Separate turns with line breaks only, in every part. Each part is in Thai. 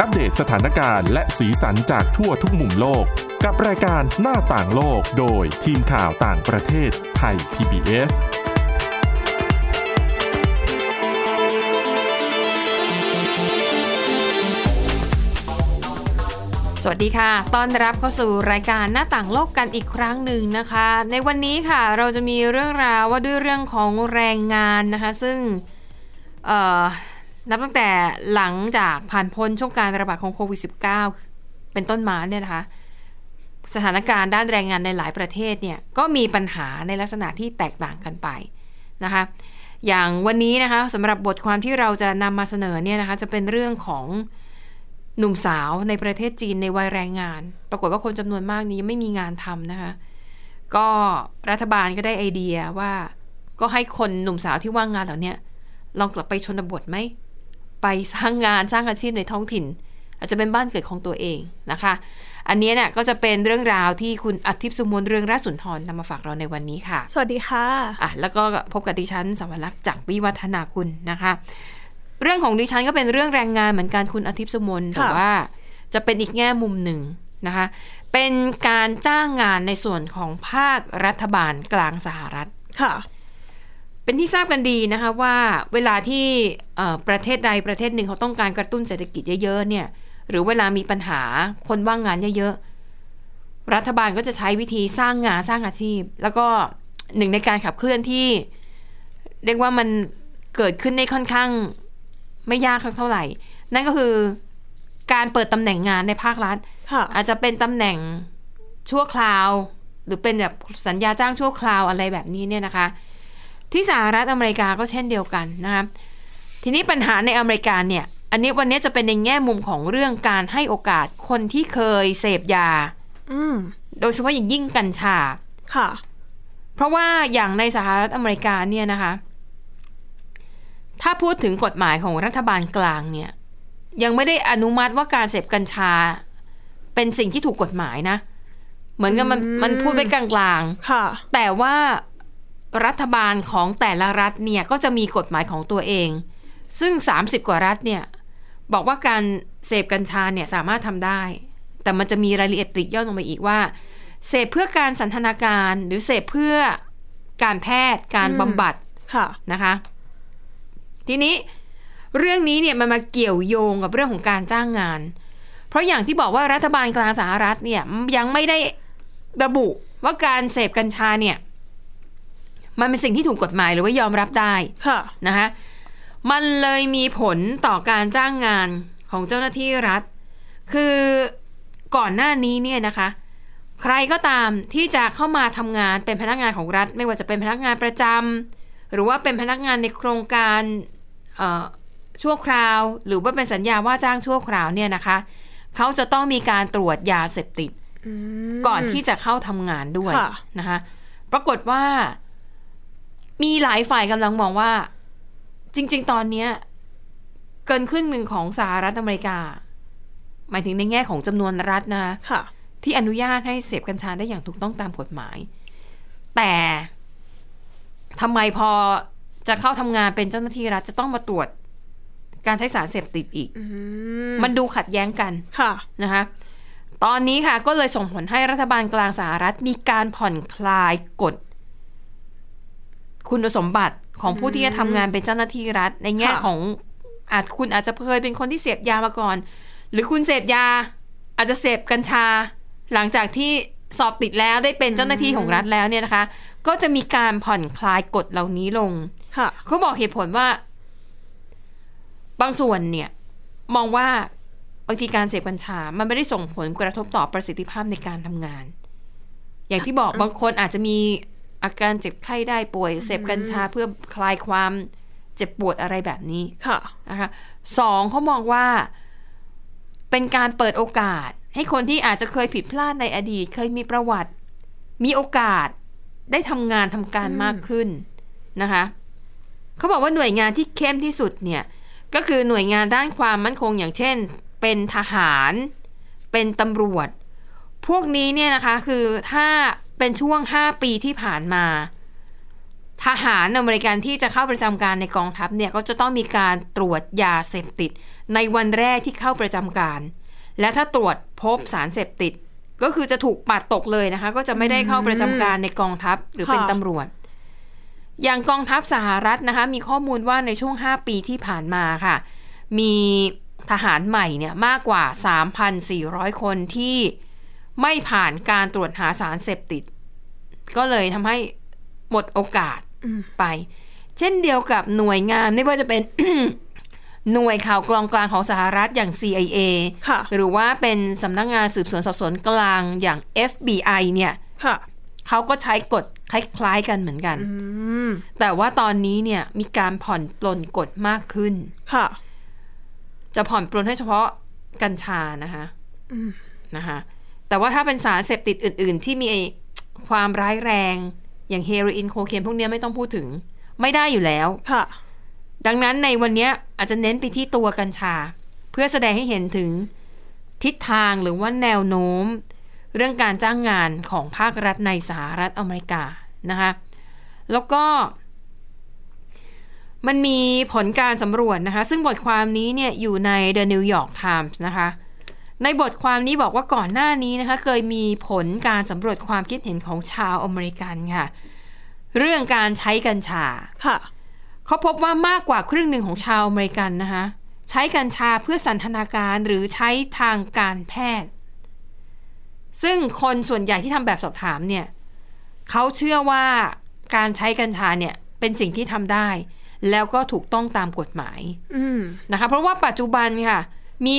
อัปเดตสถานการณ์และสีสันจากทั่วทุกมุมโลก กับรายการหน้าต่างโลกโดยทีมข่าวต่างประเทศไทย PBS
สวัสดีค่ะ ต้อนรับเข้าสู่รายการหน้าต่างโลกกันอีกครั้งหนึ่งนะคะ ในวันนี้ค่ะ เราจะมีเรื่องราวว่าด้วยเรื่องของแรงงานนะคะ ซึ่งเอ่อนับตั้งแต่หลังจากผ่านพ้นช่วงการระบาดของโควิด -19 เป็นต้นมาเนี่ยนะคะ สถานการณ์ด้านแรงงานในหลายประเทศเนี่ย ก็มีปัญหาในลักษณะที่แตกต่างกันไปนะคะ อย่างวันนี้นะคะสำหรับบทความที่เราจะนำมาเสนอเนี่ยนะคะ จะเป็นเรื่องของ หนุ่มสาวในประเทศจีนในวัยแรงงาน ปรากฏว่าคนจำนวนมากนี้ไม่มีงานทำนะคะ ก็รัฐบาลก็ได้ไอเดียว่า ก็ให้คนหนุ่มสาวที่ว่างงานเหล่าเนี้ยลองกลับไปชนบทไหม ไปสร้างงานสร้างอาชีพในท้องถิ่น อาจจะเป็นบ้านเกิดของตัวเองนะคะ อันเนี้ยเนี่ยก็จะเป็นเรื่องราวที่คุณอาทิตย์สุมนต์เรืองราชสุนทรนำมาฝากเราในวันนี้ค่ะ
สวัสดีค่ะ
อ่ะแล้วก็พบกับดิฉันสวรักษ์จากวิวัฒนาคุณนะคะ เรื่องของดิฉันก็เป็นเรื่องแรงงานเหมือนกันคุณอาทิตย์สุมนต์
ค่ะ
แต่ว่าจะเป็นอีกแง่มุมหนึ่งนะคะ เป็นการจ้างงานในส่วนของภาครัฐบาลกลางสหรัฐ
ค่ะ
เป็นที่ทราบกันดีนะคะว่าเวลาที่เอ่อประเทศใดประเทศหนึ่งเขาต้องการกระตุ้นเศรษฐกิจเยอะๆเนี่ย หรือเวลามีปัญหาคนว่างงานเยอะๆรัฐบาลก็จะใช้วิธีสร้างงานสร้างอาชีพ แล้วก็หนึ่งในการขับเคลื่อนที่ เรียกว่ามันเกิดขึ้นได้ค่อนข้างไม่ยากสักเท่าไหร่ นั่นก็คือการเปิดตำแหน่งงานในภาครัฐ
ค่ะ
อาจจะเป็นตำแหน่งชั่วคราว หรือเป็นแบบสัญญาจ้างชั่วคราวอะไรแบบนี้เนี่ยนะคะ ที่สหรัฐอเมริกาก็เช่นเดียวกันนะคะทีนี้ปัญหาในอเมริกาเนี่ย อันนี้วันนี้จะเป็นในแง่มุมของเรื่องการให้โอกาสคนที่เคยเสพยา
อืม
โดยเฉพาะอย่างยิ่งกัญชา
ค่ะ
เพราะว่าอย่างในสหรัฐอเมริกาเนี่ยนะคะ ถ้าพูดถึงกฎหมายของรัฐบาลกลางเนี่ย ยังไม่ได้อนุมัติว่าการเสพกัญชา เป็นสิ่งที่ถูกกฎหมายนะ เหมือนกับมัน
อืม
มันพูดไว้กลาง
ค่ะ
ๆ แต่ว่ารัฐบาลของแต่ละรัฐเนี่ยก็จะมีกฎหมายของตัวเอง ซึ่ง 30 กว่ารัฐเนี่ย บอกว่าการเสพกัญชาเนี่ยสามารถทำได้ แต่มันจะมีรายละเอียดปลีกย่อยลงไปอีกว่า เสพเพื่อการสันทนาการหรือเสพเพื่อการแพทย์การ
อืม
บำบัด
ค่ะ
นะคะ ทีนี้เรื่องนี้เนี่ยมันมาเกี่ยวโยงกับเรื่องของการจ้างงาน เพราะอย่างที่บอกว่ารัฐบาลกลางสหรัฐเนี่ยยังไม่ได้ระบุว่าการเสพกัญชาเนี่ย มันเป็นสิ่งที่ถูกกฎหมายหรือว่ายอมรับได้
ค่ะ
นะคะมันเลยมีผลต่อการจ้างงานของเจ้าหน้าที่รัฐ คือก่อนหน้านี้เนี่ยนะคะ ใครก็ตามที่จะเข้ามาทำงานเป็นพนักงานของรัฐ ไม่ว่าจะเป็นพนักงานประจำหรือว่าเป็นพนักงานในโครงการเอ่อชั่วคราว หรือว่าเป็นสัญญาว่าจ้างชั่วคราวเนี่ยนะคะเขาจะต้องมีการตรวจยาเสพติด ก่อนที่จะเข้าทำงานด้วย
ค่ะ
นะคะปรากฏว่า มีหลายฝ่ายกำลังมองว่า จริง ๆ ตอนเนี้ยเกินครึ่งหนึ่งของสหรัฐอเมริกา หมายถึงในแง่ของจำนวนรัฐนะคะ
ค่ะ
ที่อนุญาตให้เสพกัญชาได้อย่างถูกต้องตามกฎหมาย แต่ทำไมพอจะเข้าทำงานเป็นเจ้าหน้าที่รัฐจะต้องมาตรวจการใช้สารเสพติดอีก
อื
มันดูขัดแย้งกัน
ค่ะ
นะคะตอนนี้ค่ะก็เลยส่งผลให้รัฐบาลกลางสหรัฐมีการผ่อนคลายกฎ คุณสมบัติของผู้ที่จะทำงานเป็นเจ้าหน้าที่รัฐ ในแง่
ค่ะ
ของอาจคุณอาจจะเคยเป็นคนที่เสพยามาก่อน หรือคุณเสพยา อาจจะเสพกัญชา หลังจากที่สอบติดแล้วได้เป็นเจ้าหน้าที่ของรัฐแล้วเนี่ยนะคะ ก็จะมีการผ่อนคลายกฎเหล่านี้ลง
ค่ะ
เขาบอกเหตุผลว่า บางส่วนเนี่ย มองว่าบางทีการเสพกัญชา มันไม่ได้ส่งผลกระทบต่อประสิทธิภาพในการทำงาน อย่างที่บอกบางคนอาจจะมีอาการเจ็บไข้ได้ป่วย เสพกัญชาเพื่อคลายความเจ็บปวดอะไรแบบนี้
ค่ะ
นะคะสองเขามองว่าเป็นการเปิดโอกาส ให้คนที่อาจจะเคยผิดพลาดในอดีต เคยมีประวัติ มีโอกาสได้ทำงานทำการ
อืม
มากขึ้นนะคะเขาบอกว่าหน่วยงานที่เข้มที่สุดเนี่ย ก็คือหน่วยงานด้านความมั่นคงอย่างเช่น เป็นทหาร เป็นตำรวจ พวกนี้เนี่ยนะคะคือถ้าเป็นช่วง 5 ปีที่ผ่านมา ทหารอเมริกันที่จะเข้าประจำการในกองทัพเนี่ยก็จะต้องมีการตรวจยาเสพติด ในวันแรกที่เข้าประจำการ และถ้าตรวจพบสารเสพติด ก็คือจะถูกปัดตกเลยนะคะ ก็จะไม่ได้เข้าประจำการในกองทัพหรือ
ค่ะ
เป็นตำรวจ อย่างกองทัพสหรัฐนะคะ มีข้อมูลว่าในช่วง 5 ปีที่ผ่านมาค่ะ มีทหารใหม่เนี่ยมากกว่า 3,400 คนที่ไม่ผ่านการตรวจหาสารเสพติด ก็เลยทำให้หมดโอกาส
อืม
ไป เช่นเดียวกับหน่วยงานไม่ว่าจะเป็น หน่วยข่าวกลองกลางของสหรัฐอย่าง CIA
ค่ะ
หรือว่าเป็นสำนักงงานสืบสวนสอบสวนกลางอย่าง FBI เนี่ย
ค่ะ
เขาก็ใช้กฎคล้ายๆกันเหมือนกัน
อืม
แต่ว่าตอนนี้เนี่ยมีการผ่อนปลนกฎมากขึ้น
ค่ะ
จะผ่อนปลนให้เฉพาะกัญชานะคะ
อืม
นะคะแต่ว่าถ้าเป็นสารเสพติดอื่น ๆ ที่มีความร้ายแรง อย่างเฮโรอีนโคเคนพวกเนี้ยไม่ต้องพูดถึง ไม่ได้อยู่แล้ว
ค่ะ
ดังนั้นในวันเนี้ยอาจจะเน้นไปที่ตัวกัญชา เพื่อแสดงให้เห็นถึงทิศทางหรือว่าแนวโน้ม เรื่องการจ้างงานของภาครัฐในสหรัฐอเมริกานะคะแล้วก็ มันมีผลการสำรวจนะคะ ซึ่งบทความนี้เนี่ยอยู่ใน The New York Times นะคะ ในบทความนี้บอกว่าก่อนหน้านี้นะคะ เคยมีผลการสำรวจความคิดเห็นของชาวอเมริกันค่ะ เรื่องการใช้กัญชา
ค่ะ
เขาพบว่ามากกว่าครึ่งหนึ่งของชาวอเมริกันนะคะใช้กัญชาเพื่อสันทนาการหรือใช้ทางการแพทย์ ซึ่งคนส่วนใหญ่ที่ทำแบบสอบถามเนี่ยเขาเชื่อว่าการใช้กัญชาเนี่ยเป็นสิ่งที่ทำได้ แล้วก็ถูกต้องตามกฎหมาย
อืม
นะคะเพราะว่าปัจจุบันค่ะ มี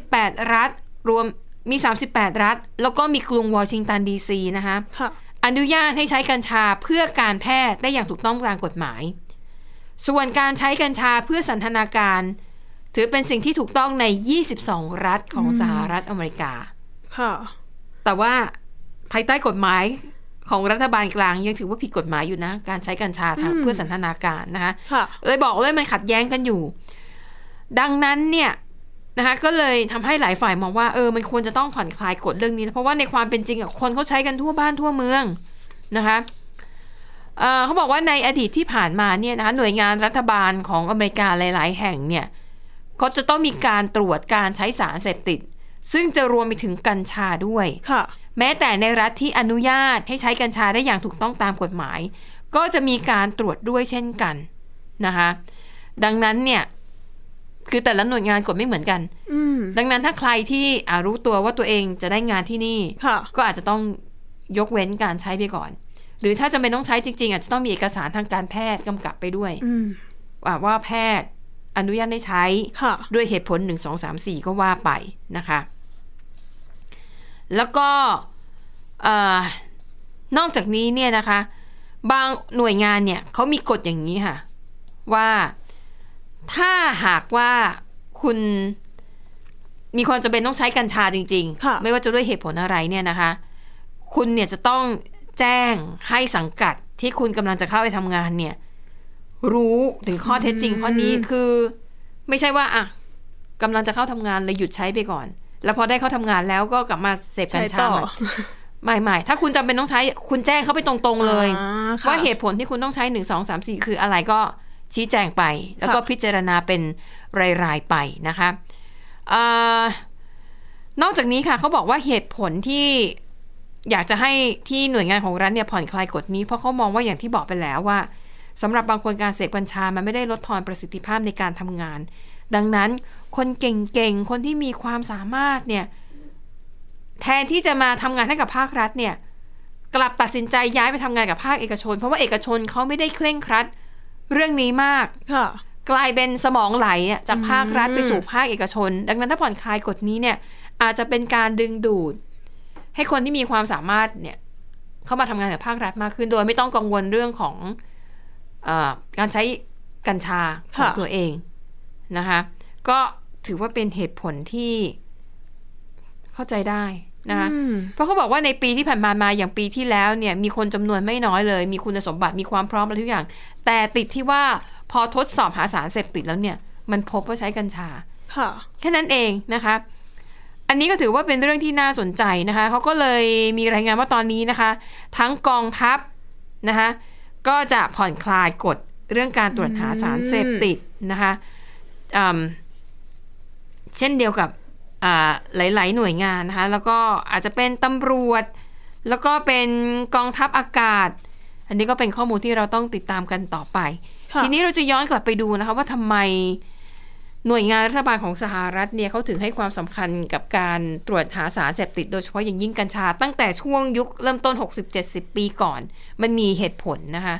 38 รัฐรวมมี 38 รัฐ แล้วก็มีกรุงวอชิงตันดีซีนะคะ
ค่ะ
อนุญาตให้ใช้กัญชาเพื่อการแพทย์ได้อย่างถูกต้องตามกฎหมาย ส่วนการใช้กัญชาเพื่อสันทนาการ ถือเป็นสิ่งที่ถูกต้องใน 22 รัฐของสหรัฐอเมริกา
ค่ะ
แต่ว่าภายใต้กฎหมายของรัฐบาลกลางยังถือว่าผิดกฎหมายอยู่นะ การใช้กัญชาทาง
อืม
เพื่อสันทนาการนะคะ
ค่ะ
เลยบอกเลยมันขัดแย้งกันอยู่ ดังนั้นเนี่ยนะคะก็เลยทำให้หลายฝ่ายมองว่าเออมันควรจะต้องผ่อนคลายกฎเรื่องนี้นะเพราะว่าในความเป็นจริงอะคนเขาใช้กันทั่วบ้านทั่วเมืองนะคะเอ่อเขาบอกว่าในอดีตที่ผ่านมาเนี่ยนะคะหน่วยงานรัฐบาลของอเมริกาหลาย ๆ แห่งเนี่ยก็จะต้องมีการตรวจการใช้สารเสพติด ซึ่งจะรวมไปถึงกัญชาด้วย
ค่ะ
แม้แต่ในรัฐที่อนุญาตให้ใช้กัญชาได้อย่างถูกต้องตามกฎหมาย ก็จะมีการตรวจด้วยเช่นกันนะคะ ดังนั้นเนี่ย คือแต่ละหน่วยงานกฎไม่เหมือนกัน
อืม
ดังนั้นถ้าใครที่อ่ารู้ตัวว่าตัวเองจะได้งานที่นี่
ค่ะ
ก็อาจจะต้องยกเว้นการใช้ไปก่อน หรือถ้าจะเป็นต้องใช้จริง ๆ อาจจะต้องมีเอกสารทางการแพทย์กำกับไปด้วย
อืม
ว่าว่าแพทย์อนุญาตให้ใช้
ค่ะ
ด้วยเหตุผล 1 2 3 4 ก็ว่าไปนะคะ แล้วก็เอ่อนอกจากนี้เนี่ยนะคะ บางหน่วยงานเนี่ยเขามีกฎอย่างนี้ค่ะ ว่าถ้าหากว่าคุณมีความจำเป็นต้องใช้กัญชาจริง
ค่ะ
ไม่ว่าจะด้วยเหตุผลอะไรเนี่ยนะคะ คุณเนี่ยจะต้องแจ้งให้สังกัดที่คุณกำลังจะเข้าไปทำงานเนี่ย รู้ถึงข้อเท็จจริงข้อนี้คือ ไม่ใช่ว่าอ่ะกำลังจะเข้าทำงานเลยหยุดใช้ไปก่อน แล้วพอได้เข้าทำงานแล้วก็กลับมาเสพกั
ใช้
ญชา
ต่อ
ใหม่ไม่ไม่ถ้าคุณจำเป็นต้องใช้ คุณแจ้งเข้าไปตรงๆเลย
อ่ค่ะ
ว่าเหตุผลที่คุณต้องใช้หนึ่งสองสามสี่คืออะไรก็ชี้แจงไป แล้วก็
ค่ะ
พิจารณาเป็นรายๆไปนะคะเออนอกจากนี้ค่ะเขาบอกว่าเหตุผลที่อยากจะให้ที่หน่วยงานของรัฐเนี่ยผ่อนคลายกฎนี้ เพราะเขามองว่าอย่างที่บอกไปแล้วว่าสำหรับบางคนการเสพกัญชามันไม่ได้ลดทอนประสิทธิภาพในการทำงาน ดังนั้นคนเก่งๆ คนที่มีความสามารถเนี่ยแทนที่จะมาทำงานให้กับภาครัฐเนี่ย กลับตัดสินใจย้ายไปทำงานกับภาคเอกชน เพราะว่าเอกชนเขาไม่ได้เคร่งครัด เรื่องนี้มาก
ค่ะ
กลายเป็นสมองไหลอะจากภาครัฐไปสู่ภาคเอกชน ดังนั้นถ้าผ่อนคลายกฎนี้เนี่ย อาจจะเป็นการดึงดูด ให้คนที่มีความสามารถเนี่ย เข้ามาทำงานกับภาครัฐมากขึ้น โดยไม่ต้องกังวลเรื่องของเออการใช้กัญชาของ
ค่ะ
ตัวเองนะคะก็ถือว่าเป็นเหตุผลที่เข้าใจได้นะคะ
อืม
เพราะเขาบอกว่าในปีที่ผ่านมามาอย่างปีที่แล้วเนี่ยมีคนจำนวนไม่น้อยเลย มีคุณสมบัติมีความพร้อมอะไรทุกอย่าง แต่ติดที่ว่าพอทดสอบหาสารเสพติดแล้วเนี่ย มันพบว่าใช้กัญชา
ค่ะ
แค่นั้นเองนะคะ อันนี้ก็ถือว่าเป็นเรื่องที่น่าสนใจนะคะ เขาก็เลยมีรายงานว่าตอนนี้นะคะ ทั้งกองทัพนะคะ ก็จะผ่อนคลายกฎเรื่องการตรวจหาสารเสพติดนะคะอืมเช่นเดียวกับอ่าหลาย ๆ หน่วยงานนะคะแล้วก็อาจจะเป็นตำรวจ แล้วก็เป็นกองทัพอากาศ อันนี้ก็เป็นข้อมูลที่เราต้องติดตามกันต่อไป
ค่ะ
ทีนี้เราจะย้อนกลับไปดูนะคะว่าทำไมหน่วยงานรัฐบาลของสหรัฐเนี่ยเขาถึงให้ความสำคัญกับการตรวจหาสารเสพติดโดยเฉพาะอย่างยิ่งกัญชา ตั้งแต่ช่วงยุคเริ่มต้น 60-70 ปีก่อน มันมีเหตุผลนะคะ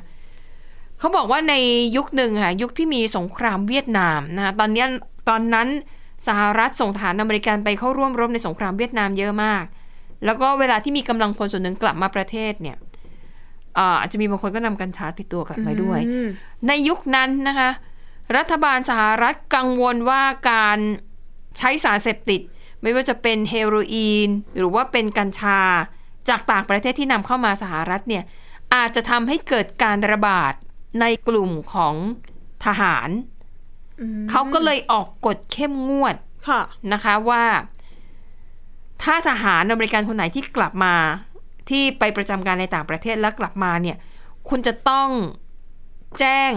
เขาบอกว่าในยุคหนึ่งค่ะยุคที่มีสงครามเวียดนามนะคะตอนเนี้ยตอนนั้นสหรัฐส่งฐานอเมริกันไปเข้าร่วมรบในสงครามเวียดนามเยอะมาก แล้วก็เวลาที่มีกำลังพลส่วนหนึ่งกลับมาประเทศเนี่ยอ่าอาจจะมีบางคนก็นำกัญชาติดตัวกลับมาด้วย
อืม
ในยุคนั้นนะคะ รัฐบาลสหรัฐกังวลว่าการใช้สารเสพติด ไม่ว่าจะเป็นเฮโรอีน หรือว่าเป็นกัญชา จากต่างประเทศที่นำเข้ามาสหรัฐเนี่ยอาจจะทำให้เกิดการระบาดในกลุ่มของทหาร
อืม
เขาก็เลยออกกฎเข้มงวด
ค่ะ
นะคะว่าถ้าทหารอเมริกันคนไหนที่กลับมาที่ไปประจำการในต่างประเทศแล้วกลับมาเนี่ยคุณจะต้องแจ้ง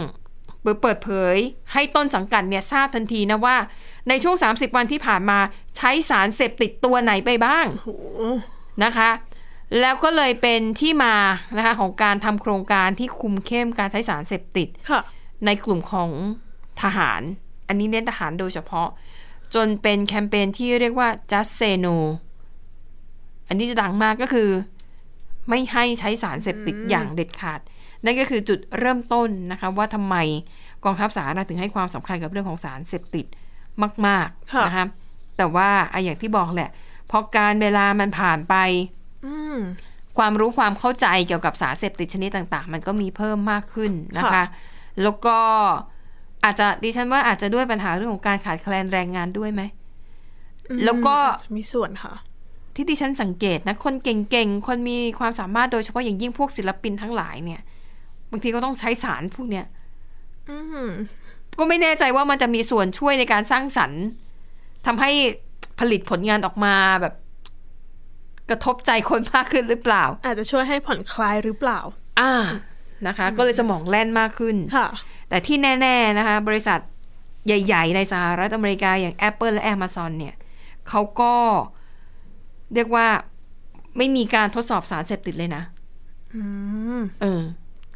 หรือเปิดเผยให้ต้นสังกัดเนี่ยทราบทันทีนะว่า ในช่วง 30 วันที่ผ่านมาใช้สารเสพติดตัวไหนไปบ้างนะคะ แล้วก็เลยเป็นที่มานะคะของการทำโครงการที่คุมเข้มการใช้สารเสพติด
ค่ะ
ในกลุ่มของทหาร อันนี้เน้นทหารโดยเฉพาะ จนเป็นแคมเปญที่เรียกว่า just say no อันนี้จะดังมากก็คือ ไม่ให้ใช้สารเสพติดอย่างเด็ดขาด นั่นก็คือจุดเริ่มต้นนะคะว่าทำไมกองทัพสาธารณะถึงให้ความสำคัญกับเรื่องของสารเสพติดมาก
ค่ะ
ๆนะคะแต่ว่าอ่ะอย่างที่บอกแหละ พอการเวลามันผ่านไป
อืม
ความรู้ความเข้าใจเกี่ยวกับสารเสพติดชนิดต่างๆ มันก็มีเพิ่มมากขึ้นนะคะ
ค่ะ
แล้วก็อาจจะดิฉันว่าอาจจะด้วยปัญหาเรื่องของการขาดแคลนแรงงานด้วยไหม แล้วก็
อาจจะมีส่วนค่ะ
ที่ดิฉันสังเกตนะ คนเก่งๆ คนมีความสามารถโดยเฉพาะอย่างยิ่งพวกศิลปินทั้งหลายเนี่ย บางทีก็ต้องใช้สารพวกเนี้ย
อืม
ก็ไม่แน่ใจว่ามันจะมีส่วนช่วยในการสร้างสรรค์ทำให้ผลิตผลงานออกมาแบบ กระทบใจคนมากขึ้นหรือเปล่า
อาจจะช่วยให้ผ่อนคลายหรือเปล่า
อ่านะคะ ก็เลยสมองแล่นมากขึ้น
ค่ะ
แต่ที่แน่ ๆ นะคะ บริษัทใหญ่ ๆ ในสหรัฐอเมริกาอย่าง Apple และ Amazon เนี่ยเขาก็เรียกว่าไม่มีการทดสอบสารเสพติดเลยนะ
อืม
เออ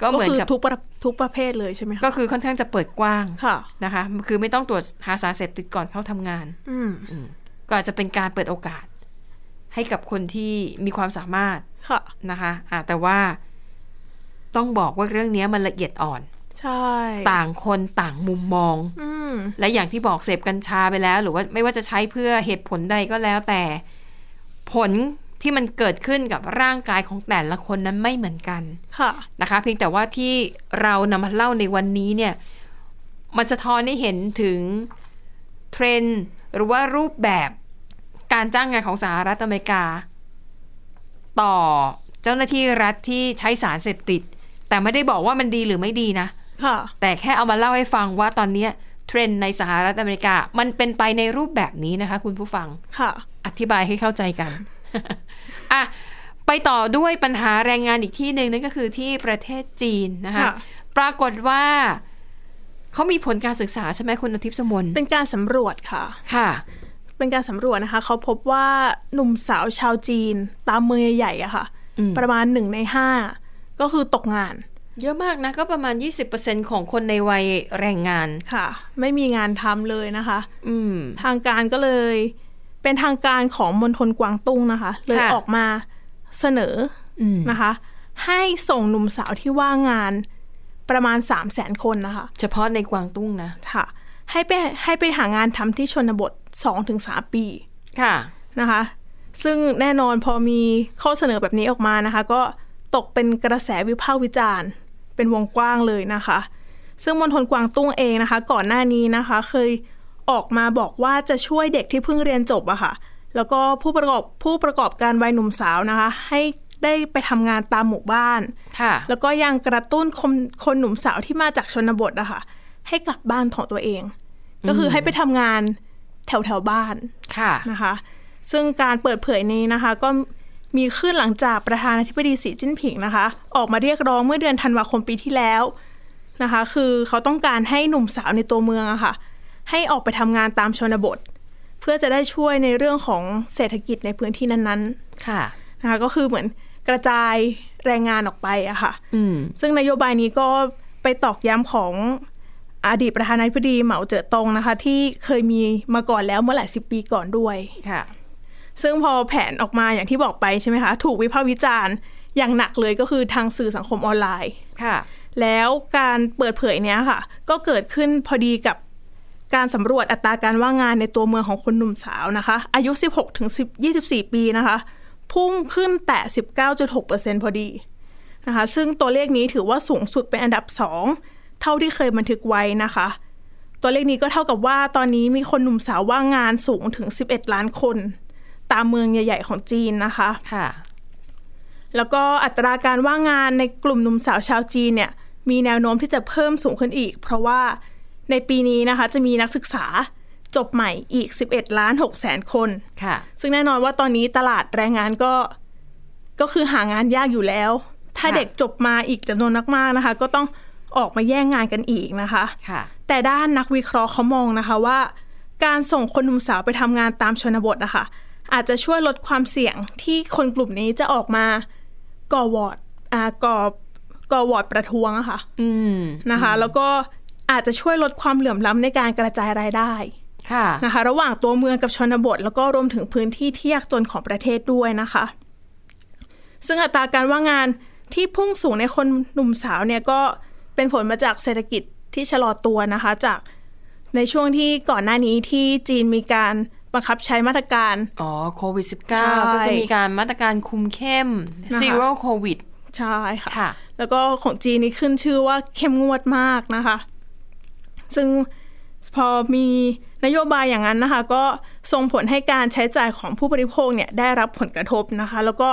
ก็เหมือน
คื
กับ
ทุกประทุกประเภทเลยใช่ไหมคะ
ก็คือค่อนข้างจะเปิดกว้าง
ค่ะ
นะคะ คือไม่ต้องตรวจหาสารเสพติดก่อนเข้าทำงาน
อืม
ก็อาจจะเป็นการเปิดโอกาส ให้กับคนที่มีความสามารถ
ค่ะ
นะคะอ่ะแต่ว่าต้องบอกว่าเรื่องเนี้ยมันละเอียดอ่อน
ใช่
ต่างคนต่างมุมมอง
อืม
และอย่างที่บอกเสพกัญชาไปแล้ว หรือว่าไม่ว่าจะใช้เพื่อเหตุผลใดก็แล้ว แต่ผลที่มันเกิดขึ้นกับร่างกายของแต่ละคนนั้นไม่เหมือนกัน
ค่ะ
นะคะ เพียงแต่ว่าที่เรานำมาเล่าในวันนี้เนี่ย มันสะท้อนให้เห็นถึงเทรนด์หรือว่ารูปแบบการจ้างงานของสหรัฐอเมริกา ต่อเจ้าหน้าที่รัฐที่ใช้สารเสพติด แต่ไม่ได้บอกว่ามันดีหรือไม่ดีนะ
ค่ะ
แต่แค่เอามาเล่าให้ฟังว่าตอนเนี้ยเทรนด์ในสหรัฐอเมริกา มันเป็นไปในรูปแบบนี้นะคะ คุณผู้ฟัง
ค่ะ
อธิบายให้เข้าใจกัน อ่ะไปต่อด้วยปัญหาแรงงานอีกที่หนึ่งนั่นก็คือที่ประเทศจีนนะคะ
ค่ะ
ปรากฏว่าเขามีผลการศึกษาใช่ไหมคุณอาทิตย์สมน
เป็นการสำรวจค่ะ
ค่ะ
เป็นการสำรวจนะคะ เขาพบว่าหนุ่มสาวชาวจีน ตามเมืองใหญ่ๆอะค่ะ
อืม
ประมาณหนึ่งในห้าก็คือตกงาน
เยอะมากนะก็ประมาณ 20%ของคนในวัยแรงงาน
ค่ะ ไม่มีงานทำเลยนะคะ
อืม
ทางการก็เลย เป็นทางการของมณฑลกวางตุ้งนะคะ เลย
ค่ะ
ออกมาเสนอ
อืม
นะคะ ให้ส่งหนุ่มสาวที่ว่างงานประมาณ 3 0 0 0 0 0 คนนะคะ
เฉพาะในกวางตุ้งนะ
ค่ะ ให้ไปให้ไปหางานทำที่ชนบท 2-3 ปี
ค่ะ
นะคะ ซึ่งแน่นอนพอมีข้อเสนอแบบนี้ออกมานะคะ ก็ตกเป็นกระแสวิพากษ์วิจารณ์ เป็นวงกว้างเลยนะคะ ซึ่งมณฑลกวางตุ้งเองนะคะ ก่อนหน้านี้นะคะ เคยออกมาบอกว่าจะช่วยเด็กที่เพิ่งเรียนจบอะค่ะ แล้วก็ผู้ประกอบผู้ประกอบการวัยหนุ่มสาวนะคะ ให้ได้ไปทำงานตามหมู่บ้าน
ค่ะ
แล้วก็ยังกระตุ้นคนคนหนุ่มสาวที่มาจากชนบทอะค่ะให้กลับบ้านของตัวเอง ก็คือให้ไปทำงานแถวแถวๆบ้าน
ค่ะ
นะคะ ซึ่งการเปิดเผยนี้นะคะ ก็ มีขึ้นหลังจากประธานาธิบดีสีจิ้นผิงนะคะ ออกมาเรียกร้องเมื่อเดือนธันวาคมปีที่แล้วนะคะ คือเขาต้องการให้หนุ่มสาวในตัวเมืองอะค่ะ ให้ออกไปทำงานตามชนบท เพื่อจะได้ช่วยในเรื่องของเศรษฐกิจในพื้นที่นั้น
ค่ะ
ๆนะคะ ก็คือเหมือนกระจายแรงงานออกไปอะค่ะ
อืม
ซึ่งนโยบายนี้ก็ไปตอกย้ำของอดีตประธานาธิบดีเหมาเจ๋อตงนะคะ ที่เคยมีมาก่อนแล้วเมื่อหลายสิบปีก่อนด้วย
ค่ะ
ซึ่งพอแผนออกมาอย่างที่บอกไปใช่ไหมคะ ถูกวิพากษ์วิจารณ์อย่างหนักเลยก็คือทางสื่อสังคมออนไลน์
ค่ะ
แล้วการเปิดเผยเนี้ยค่ะ ก็เกิดขึ้นพอดีกับการสำรวจอัตราการว่างงานในตัวเมืองของคนหนุ่มสาวนะคะ อายุ 16ถึง10 24 ปีนะคะ พุ่งขึ้นแต่ 19.6%พอดีนะคะ ซึ่งตัวเลขนี้ถือว่าสูงสุดเป็นอันดับ 2 เท่าที่เคยบันทึกไว้นะคะ ตัวเลขนี้ก็เท่ากับว่าตอนนี้มีคนหนุ่มสาวว่างงานสูงถึง 11 ล้านคน ตามเมืองใหญ่ๆของจีนนะคะ
ค่ะ
แล้วก็อัตราการว่างงานในกลุ่มหนุ่มสาวชาวจีนเนี่ยมีแนวโน้มที่จะเพิ่มสูงขึ้นอีก เพราะว่าในปีนี้นะคะจะมีนักศึกษาจบใหม่อีก 11 ล้าน6แสนคน
ค่ะ
ซึ่งแน่นอนว่าตอนนี้ตลาดแรงงานก็ก็คือหางานยากอยู่แล้ว ถ้า
ค่ะ
เด็กจบมาอีกจำนวนมากๆนะคะ ก็ต้องออกมาแย่งงานกันอีกนะคะ
ค่ะ
แต่ด้านนักวิเคราะห์เขามองนะคะว่า การส่งคนหนุ่มสาวไปทำงานตามชนบทนะคะอาจจะช่วยลดความเสี่ยงที่คนกลุ่มนี้จะออกมาก่อวอร์ดอ่าก่อก่อวอร์ดประท้วงอะค่ะ
อืม
นะคะ แล้วก็อาจจะช่วยลดความเหลื่อมล้ำในการกระจายรายได้
ค่ะ
นะคะ ระหว่างตัวเมืองกับชนบท แล้วก็รวมถึงพื้นที่ที่ยากจนของประเทศด้วยนะคะ ซึ่งอัตราการว่างงานที่พุ่งสูงในคนหนุ่มสาวเนี่ยก็เป็นผลมาจากเศรษฐกิจที่ชะลอตัวนะคะ จากในช่วงที่ก่อนหน้านี้ที่จีนมีการบังคับใช้มาตรการ
อ๋อ โควิด -19
ใช่
ก็จะมีการมาตรการคุมเข้ม
นะคะ
zero covid
ใช่ค่ะ
ค่ะ
แล้วก็ของจีนนี่ขึ้นชื่อว่าเข้มงวดมากนะคะ ซึ่งพอมีนโยบายอย่างนั้นนะคะ ก็ส่งผลให้การใช้จ่ายของผู้บริโภคเนี่ยได้รับผลกระทบนะคะ แล้วก็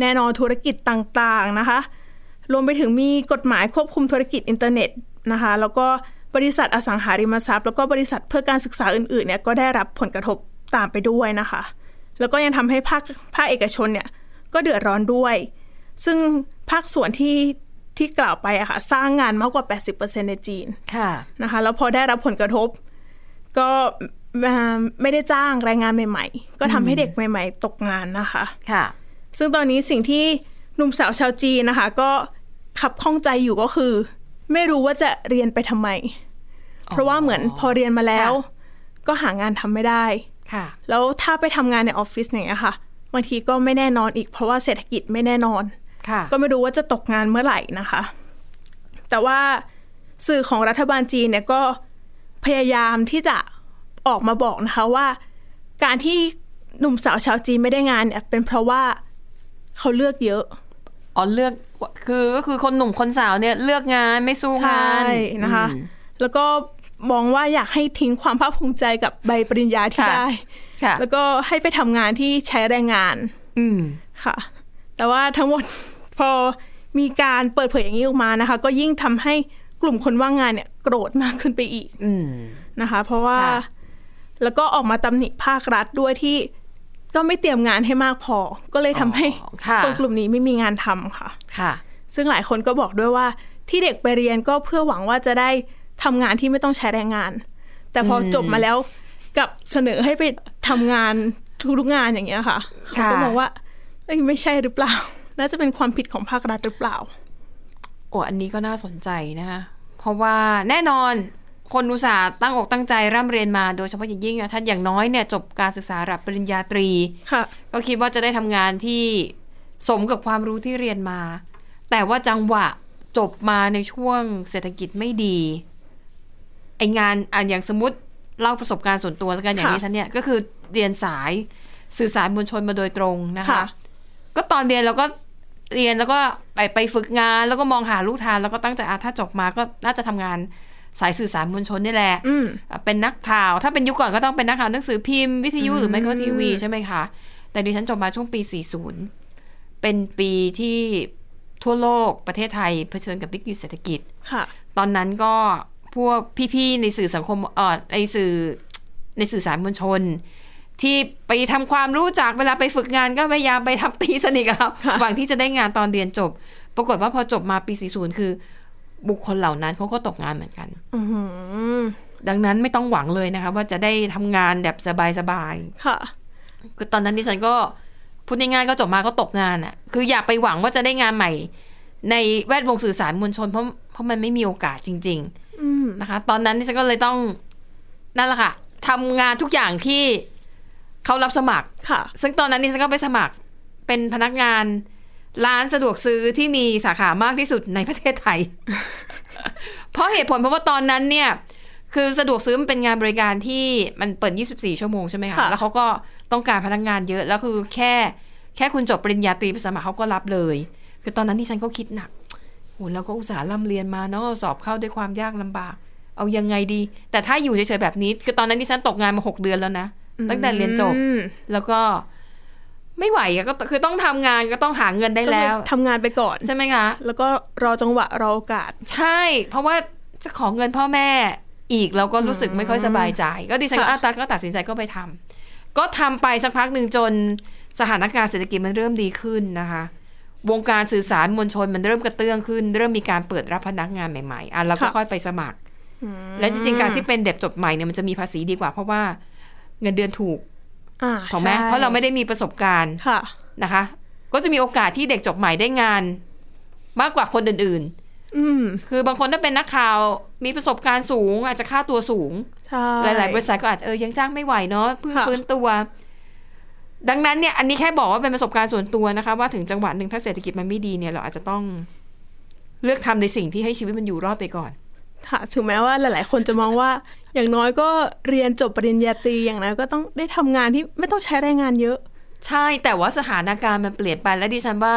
แน่นอนธุรกิจต่างๆนะคะ รวมไปถึงมีกฎหมายควบคุมธุรกิจอินเทอร์เน็ตนะคะ แล้วก็บริษัทอสังหาริมทรัพย์ แล้วก็บริษัทเพื่อการศึกษาอื่นๆเนี่ยก็ได้รับผลกระทบตามไปด้วยนะคะ แล้วก็ยังทำให้ภาคภาคเอกชนเนี่ยก็เดือดร้อนด้วย ซึ่งภาคส่วนที่ที่กล่าวไปอะค่ะสร้างงานมากกว่า 80%ในจีน
ค่ะ
นะคะ แล้วพอได้รับผลกระทบ ก็เอ่อไม่ได้จ้างแรงงานใหม่ ๆ ก็ทำให้เด็กใหม่ ๆ ตกงานนะคะ
ค่ะ
ซึ่งตอนนี้สิ่งที่หนุ่มสาวชาวจีนนะคะ ก็ขับข้องใจอยู่ก็คือ ไม่รู้ว่าจะเรียนไปทำไม เพราะว่าเหมือนพอเรียนมาแล้ว
ค่
ก็หางานทำไม่ได้
ค่ะ
แล้วถ้าไปทำงานในออฟฟิศอย่างเงี้ยค่ะบางทีก็ไม่แน่นอนอีก เพราะว่าเศรษฐกิจไม่แน่นอน
ค่ะ
ก็ไม่รู้ว่าจะตกงานเมื่อไหร่นะคะ แต่ว่าสื่อของรัฐบาลจีนเนี่ยก็พยายามที่จะออกมาบอกนะคะว่า การที่หนุ่มสาวชาวจีนไม่ได้งานเนี่ยเป็นเพราะว่าเขาเลือกเยอะ
อ๋อ เลือก คือก็คือคนหนุ่มคนสาวเนี่ยเลือกงานไม่สู้งาน
ใช่นะคะ
อืม
แล้วก็มองว่าอยากให้ทิ้งความภาคภูมิใจกับใบปริญญาที่
ค่ะ
ได้
ค่ะ
แล้วก็ให้ไปทำงานที่ใช้แรงงาน
อืม
ค่ะ แต่ว่าทั้งหมด พอมีการเปิดเผยอย่างนี้ออกมานะคะ ก็ยิ่งทำให้กลุ่มคนว่างงานเนี่ยโกรธมากขึ้นไปอีก
อืม
นะคะ เพราะว่า
ค่ะ
แล้วก็ออกมาตำหนิภาครัฐด้วยที่ก็ไม่เตรียมงานให้มากพอ ก็เลยทำให้
อ๋อค่ะ
คนกลุ่มนี้ไม่มีงานทำค่ะ
ค่ะ
ซึ่งหลายคนก็บอกด้วยว่าที่เด็กไปเรียนก็เพื่อหวังว่าจะได้ทำงานที่ไม่ต้องใช้แรงงาน แต่พออจบมาแล้วกลับเสนอให้ไปทำงานทุกๆงานอย่างเงี้ยค่ะเขาก็
ค่ะ
มองว่าเอ้ยไม่ใช่หรือเปล่า น่าจะเป็นความผิดของภาครัฐหรือเปล่า
โอ้อันนี้ก็น่าสนใจนะคะ เพราะว่าแน่นอนคนอุตสาห์ตั้งอกตั้งใจร่ำเรียนมาโดยเฉพาะอย่างยิ่งนะท่านอย่างน้อยเนี่ยจบการศึกษาระดับปริญญาตรี
ค่ะ
ก็คิดว่าจะได้ทำงานที่สมกับความรู้ที่เรียนมา แต่ว่าจังหวะจบมาในช่วงเศรษฐกิจไม่ดีไองานอ่ะอย่างสมมติเล่าประสบการณ์ส่วนตัวแล้วกันอย่าง
ค่ะ
นี้ฉันเนี่ยก็คือเรียนสายสื่อสารมวลชนมาโดยตรงนะคะ
ค่ะ
ก็ตอนเรียนเราก็เรียนแล้วก็ไปไปฝึกงาน แล้วก็มองหาลูกทางแล้วก็ตั้งใจอ่ะถ้าจบมาก็น่าจะทำงานสายสื่อสารมวลชนนี่แหละ
อืม
อ่ะเป็นนักข่าวถ้าเป็นยุคก่อนก็ต้องเป็นนักข่าวหนังสือพิมพ์วิทยุหรือไม่ก็ทีวีใช่ไหมคะ แต่ดิฉันจบมาช่วงปี 40 เป็นปีที่ทั่วโลกประเทศไทยเผชิญกับวิกฤตเศรษฐกิจ
ค่ะ
ตอนนั้นก็พวกพี่ๆในสื่อสังคมเอ่อในสื่อในสื่อสารมวลชน ที่ไปทำความรู้จักเวลาไปฝึกงานก็พยายามไปทำตีสนิทกับเขาหวังที่จะได้งานตอนเรียนจบ ปรากฏว่าพอจบมาปี 40 คือ บุคคลเหล่านั้นเขาก็ตกงานเหมือนกัน
อือหือ
ดังนั้นไม่ต้องหวังเลยนะคะ ว่าจะได้ทำงานแบบสบายๆ
ค่ะ
คือตอนนั้นดิฉันก็พูดง่ายๆก็จบมาก็ตกงานอะ่ะ คืออย่าไปหวังว่าจะได้งานใหม่ ในแวดวงสื่อสารมวลชนเพราะเพราะมันไม่มีโอกาสจริง
อืม
ๆนะคะ ตอนนั้นดิฉันก็เลยต้องนั่นแหละค่ะทำงานทุกอย่างที่เขารับสมัคร
ค่ะ
ซึ่งตอนนั้นดิฉันก็ไปสมัครเป็นพนักงานร้านสะดวกซื้อที่มีสาขามากที่สุดในประเทศไทย เพราะเหตุผลเพราะว่าตอนนั้นเนี่ย คือสะดวกซื้อมันเป็นงานบริการที่มันเปิด 24 ชั่วโมงใช่ไหมคะ
ค่ะ
แล้วเขาก็ต้องการพนักงานเยอะ แล้วคือแค่แค่คุณจบปริญญาตรีไปสมัครเขาก็รับเลย คือตอนนั้นที่ฉันก็คิดหนักโหแล้วก็อุตส่าห์ร่ำเรียนมาเนาะสอบเข้าด้วยความยากลำบาก เอายังไงดี แต่ถ้าอยู่เฉยๆแบบนี้ คือตอนนั้นที่ฉันตกงานมาหกเดือนแล้วนะ ตั้งแต่เรียนจบ
อืม
แล้วก็ไม่ไหวอะก็คือต้องทำงานก็ต้องหาเงินได้แล้ว
ก็เยทำงานไปก่อน
ใช่ไหมคะ
แล้วก็รอจังหวะรอโอกาส
ใช่ เพราะว่าจะขอเงินพ่อแม่อีกเราก็รู้สึกไม่ค่อยสบายใจ ก็ดิฉันก็
ค่ะ
อาตาก็ตัดสินใจก็ไปทำก็ทำไปสักพักหนึ่งจนสถานการณ์เศรษฐกิจมันเริ่มดีขึ้นนะคะ วงการสื่อสารมวลชนมันเริ่มกระเตื้องขึ้น เริ่มมีการเปิดรับพนักงานใหม่ๆอ่ะเราก็ค่อยไปสมัคร และจริงๆการที่เป็นเด็บจบใหม่เนี่ยมันจะมีภาษีดีกว่า เพราะว่าเงินเดือนถูก
อ่า
ถูกไหม
ใช่
เพราะเราไม่ได้มีประสบการณ์
ค่ะ
นะคะ ก็จะมีโอกาสที่เด็กจบใหม่ได้งาน มากกว่าคนอื่น
อืม
ๆ คือบางคนถ้าเป็นนักข่าวมีประสบการณ์สูง อาจจะค่าตัวสูง
ใช่
หลายๆบริษัทก็อาจจะเออยังจ้างไม่ไหวเนาะเพิ่ง
ค่ะ
ฟื้นตัว ดังนั้นเนี่ยอันนี้แค่บอกว่าเป็นประสบการณ์ส่วนตัวนะคะ ว่าถึงจังหวะหนึ่งถ้าเศรษฐกิจมันไม่ดีเนี่ยเราอาจจะต้องเลือกทำในสิ่งที่ให้ชีวิตมันอยู่รอดไปก่อน
ค่ะถึงแม้ว่าหลาย ๆ คนจะมองว่า อย่างน้อยก็เรียนจบปริญญาตรีอย่างน้อยก็ต้องได้ทำงานที่ไม่ต้องใช้แรงงานเยอะ
ใช่แต่ว่าสถานการณ์มันเปลี่ยนไปและดิฉันว่า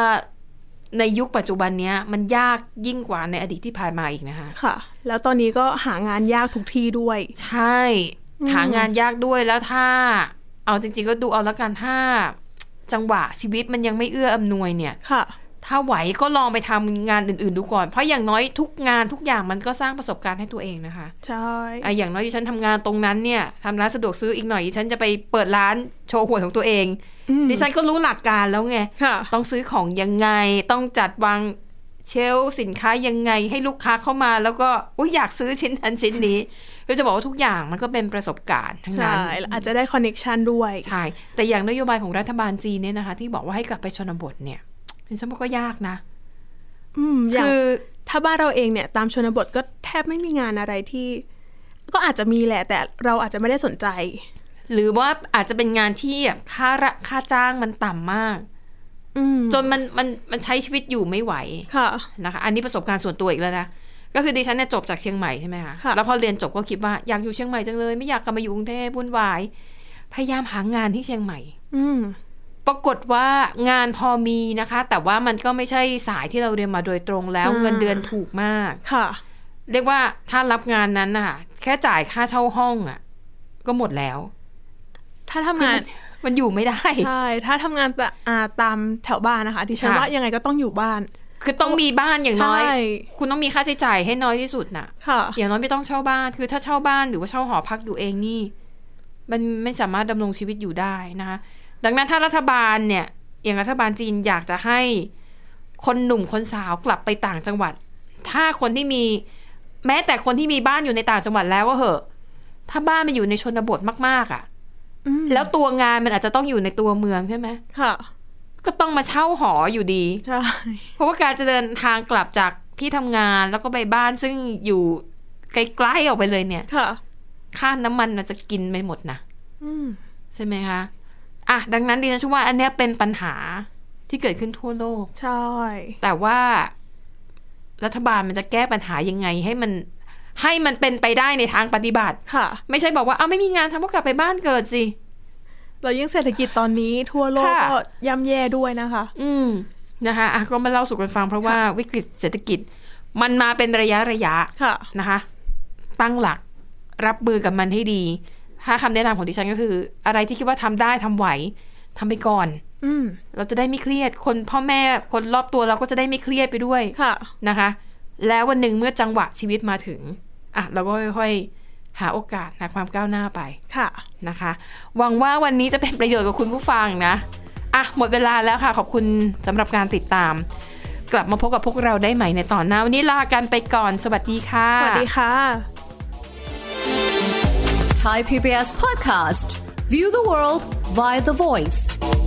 ในยุคปัจจุบันเนี้ยมันยากยิ่งกว่าในอดีตที่ผ่านมาอีกนะคะ
ค่ะ แล้วตอนนี้ก็หางานยากทุกที่ด้วย
ใช่ หางานยากด้วยแล้วถ้า เอาจริง ๆ ก็ดูเอาละกันถ้า จังหวะชีวิตมันยังไม่เอื้ออำนวยเนี่ย
ค่ะ
ถ้าไหวก็ลองไปทำงานอื่น ๆ ดูก่อน เพราะอย่างน้อยทุกงานทุกอย่างมันก็สร้างประสบการณ์ให้ตัวเองนะคะ
ใช่
อ่ะอย่างน้อยที่ฉันทำงานตรงนั้นเนี่ยทำร้านสะดวกซื้ออีกหน่อยดิฉันจะไปเปิดร้านโชว์หวยของตัวเอง
อืม
ดิฉันก็รู้หลักการแล้วไง
ค่ะ
ต้องซื้อของยังไง ต้องจัดวางเชลฟ์สินค้ายังไงให้ลูกค้าเข้ามา แล้วก็อุ๊ยอยากซื้อชิ้นนั้นชิ้นนี้ ก็จะบอกว่าทุกอย่างมันก็เป็นประสบการณ์ทั้ง
ใช่
นั้น
แล้วอาจจะได้คอนเน็ชันด้วย
ใช่แต่อย่างนโยบายของรัฐบาลจีนเนี่ยนะคะ ที่บอกว่าให้กลับไปชนบทเนี่ยฉันว่าก็ยากนะ
อืมอย่าง
คือ
ถ้าบ้านเราเองเนี่ยตามชนบทก็แทบไม่มีงานอะไรที่ ก็อาจจะมีแหละแต่เราอาจจะไม่ได้สนใจ
หรือว่าอาจจะเป็นงานที่แบบค่าระค่าจ้างมันต่ำมาก
อืม
จนมันมันมันใช้ชีวิตอยู่ไม่ไหว
ค่ะ
นะคะอันนี้ประสบการณ์ส่วนตัวอีกแล้วนะก็คือดิฉันเนี่ยจบจากเชียงใหม่ใช่ไหมคะ
ค่ะ
แล้วพอเรียนจบก็คิดว่าอยากอยู่เชียงใหม่จังเลยไม่อยากกลับมาอยู่กรุงเทพวุ่นวายพยายามหางานที่เชียงใหม่
อืม
ปรากฏว่างานพอมีนะคะ แต่ว่ามันก็ไม่ใช่สายที่เราเรียนมาโดยตรงแล้วเงินเดือนถูกมาก
ค่ะ
เรียกว่าถ้ารับงานนั้นนะคะแค่จ่ายค่าเช่าห้องอ่ะ ก็หมดแล้ว
ถ้าทำงาน
มันอยู่ไม่ได้
ใช่ถ้าทำงานแต่อ่าตามแถวบ้านนะคะดิฉัน
ค่ะ
ว่ายังไงก็ต้องอยู่บ้าน
คือต้องมีบ้านอย่างน้อย
ใช่
คุณต้องมีค่าใช้จ่ายให้น้อยที่สุดน่ะ
ค่ะ
อย่างน้อยไม่ต้องเช่าบ้าน คือถ้าเช่าบ้านหรือว่าเช่าหอพักอยู่เองนี่ มันไม่สามารถดำรงชีวิตอยู่ได้นะคะ ดังนั้นถ้ารัฐบาลเนี่ย อย่างรัฐบาลจีนอยากจะให้คนหนุ่มคนสาวกลับไปต่างจังหวัด ถ้าคนที่มีแม้แต่คนที่มีบ้านอยู่ในต่างจังหวัดแล้วว่าเหอะ ถ้าบ้านมันอยู่ในชนบทมากๆอะ่ะ
อืม
แล้วตัวงานมันอาจจะต้องอยู่ในตัวเมืองใช่ไหม
ค่ะ
ก็ต้องมาเช่าหออยู่ดี
ใช่
เพราะว่าการจะเดินทางกลับจากที่ทำงานแล้วก็ไปบ้านซึ่งอยู่ไกลๆออกไปเลยเนี่ย
ค่ะ
ค่าน้ำมันน่ะจะกินไปหมดนะ
อืม
ใช่ไหมคะอ่ะดังนั้นดิฉันเชื่อว่าอันเนี้ยเป็นปัญหาที่เกิดขึ้นทั่วโลก
ใช่
แต่ว่ารัฐบาลมันจะแก้ปัญหายังไงให้มันให้มันเป็นไปได้ในทางปฏิบัติ
ค่ะ
ไม่ใช่บอกว่าเอาไม่มีงานทำก็กลับไปบ้านเกิดสิ
เรายิ่งเศรษฐกิจตอนนี้ทั่วโลก
ค่ะ
ก็ย่ำแย่ด้วยนะคะ
อืมนะคะอ่ะก็มาเล่าสู่กันฟังเพราะว่าวิกฤตเศรษฐกิจ มันมาเป็นระยะระยะ
ค่ะ
นะคะ ตั้งหลักรับมือกับมันให้ดี ถ้าคำแนะนำของดิฉันก็คือ อะไรที่คิดว่าทำได้ทำไหวทำไปก่อน
อืม
เราจะได้ไม่เครียด คนพ่อแม่คนรอบตัวเราก็จะได้ไม่เครียดไปด้วย
ค่ะ
นะคะ แล้ววันหนึ่งเมื่อจังหวะชีวิตมาถึงอ่ะเราก็ค่อยๆ หาโอกาสหาความก้าวหน้าไป
ค่ะ
นะคะหวังว่าวันนี้จะเป็นประโยชน์กับคุณผู้ฟังนะ อ่ะ หมดเวลาแล้วค่ะ ขอบคุณสำหรับการติดตาม กลับมาพบกับพวกเราได้ใหม่ในตอนหน้า วันนี้ลากันไปก่อน สวัสดีค่ะ
สวัสดีค่ะ
Thai PBS podcast. View the world via the voice.